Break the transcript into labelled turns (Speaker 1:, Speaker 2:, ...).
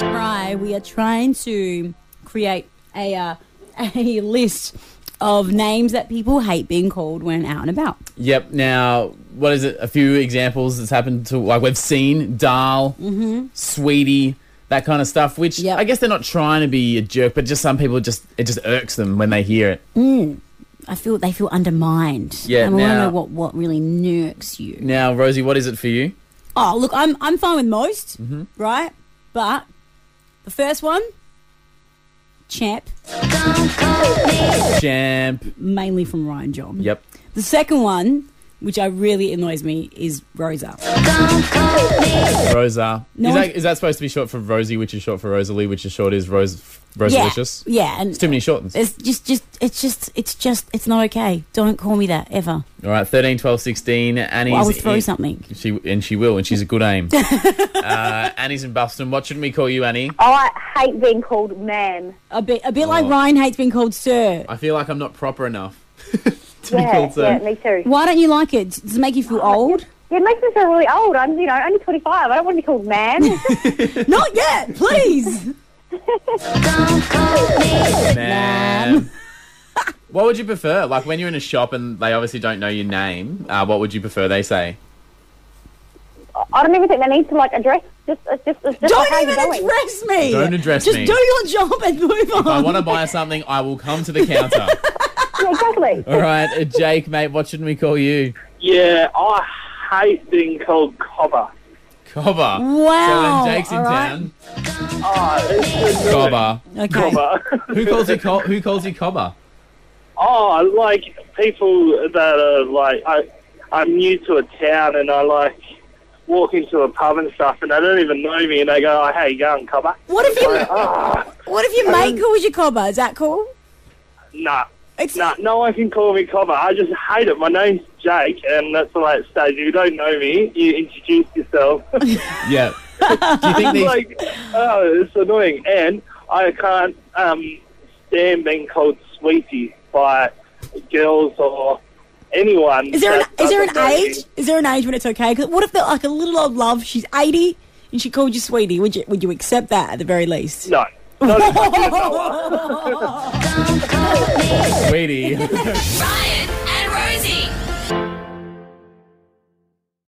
Speaker 1: Right, we are trying to create a uh, a list of names that people hate being called when out and about.
Speaker 2: Yep. Now, what is it? A few examples that's happened to like we've seen Dahl, Sweetie, that kind of stuff. Which
Speaker 1: Mm-hmm. Yep.
Speaker 2: I guess they're not trying to be a jerk, but just some people just it just irks them when they hear it.
Speaker 1: Mm. I feel they feel undermined.
Speaker 2: Yeah,
Speaker 1: and we want to
Speaker 2: now-
Speaker 1: know what what really nirks you.
Speaker 2: Now, Rosie, what is it for you?
Speaker 1: Oh, look, I'm I'm fine with most,
Speaker 2: Mm-hmm.
Speaker 1: right? But the first one, champ,
Speaker 2: Champ.
Speaker 1: mainly from Ryan John.
Speaker 2: Yep.
Speaker 1: The second one, which I really annoys me, is Rosa.
Speaker 2: Rosa.
Speaker 1: No
Speaker 2: is,
Speaker 1: one-
Speaker 2: that, is that supposed to be short for Rosie, which is short for Rosalie, which is short is Rose
Speaker 1: Yeah,
Speaker 2: Rosalicious?
Speaker 1: yeah, and
Speaker 2: It's too many shortens.
Speaker 1: It's just, just, it's just, it's just, it's not okay. Don't call me that ever.
Speaker 2: All right, 13, 12, 16. Annie's.
Speaker 1: I would throw
Speaker 2: in-
Speaker 1: something.
Speaker 2: She and she will, and she's a good aim. uh, Annie's in Buxton. What should we call you, Annie?
Speaker 3: I hate being called ma'am.
Speaker 1: A bit, a bit like
Speaker 2: Oh.
Speaker 1: Ryan hates being called sir.
Speaker 2: I feel like I'm not proper enough to be
Speaker 3: Yeah,
Speaker 2: called so.
Speaker 3: yeah, me too.
Speaker 1: Why don't you like it? Does it make you feel old?
Speaker 3: Yeah, it makes me feel really old. I'm, you know, only 25. I don't want to be called ma'am.
Speaker 1: Not yet, please.
Speaker 2: Ma'am. what would you prefer? Like when you're in a shop and they obviously don't know your name, uh, what would you prefer they say?
Speaker 3: I don't even think they need to like address. Just, it's just, it's just
Speaker 1: don't
Speaker 3: like, how
Speaker 1: even
Speaker 3: you going.
Speaker 1: address me.
Speaker 2: Don't address
Speaker 1: just
Speaker 2: me.
Speaker 1: do your job and move on.
Speaker 2: I want to buy something. I will come to the counter.
Speaker 3: Yeah, exactly.
Speaker 2: All right, uh, Jake, mate. What should we call you?
Speaker 4: Yeah, I hate being called cobber.
Speaker 2: Cobber.
Speaker 1: Wow,
Speaker 2: So when Jake's in
Speaker 1: all right.
Speaker 2: town,
Speaker 4: Oh, it's annoying.
Speaker 2: Cobber.
Speaker 1: okay.
Speaker 2: Who calls you? Co- who calls you Cobber?
Speaker 4: oh, like people that are like, I, I'm new to a town and I like walk into a pub and stuff and they don't even know me and they go, oh, how you going, cobber?
Speaker 1: What if you?
Speaker 4: Ah,
Speaker 1: What if your mate calls you cobber? Is that cool?
Speaker 4: nah.
Speaker 1: It's
Speaker 4: Nah, no one can call me cobber. I just hate it. My name's Jake, and that's all I say. If you don't know me, you introduce yourself.
Speaker 2: Yeah. Do you think these?
Speaker 4: like, oh, it's annoying. And I can't um, stand being called sweetie by girls or anyone.
Speaker 1: Is there an,
Speaker 4: that
Speaker 1: is there an
Speaker 4: doesn't know me.
Speaker 1: age? Is there an age when it's okay? 'Cause what if they're like a little old love? She's eighty and she called you sweetie. Would you would you accept that at the very least?
Speaker 4: No. Not a fucking adult.
Speaker 1: All
Speaker 2: Sweetie.
Speaker 5: Ryan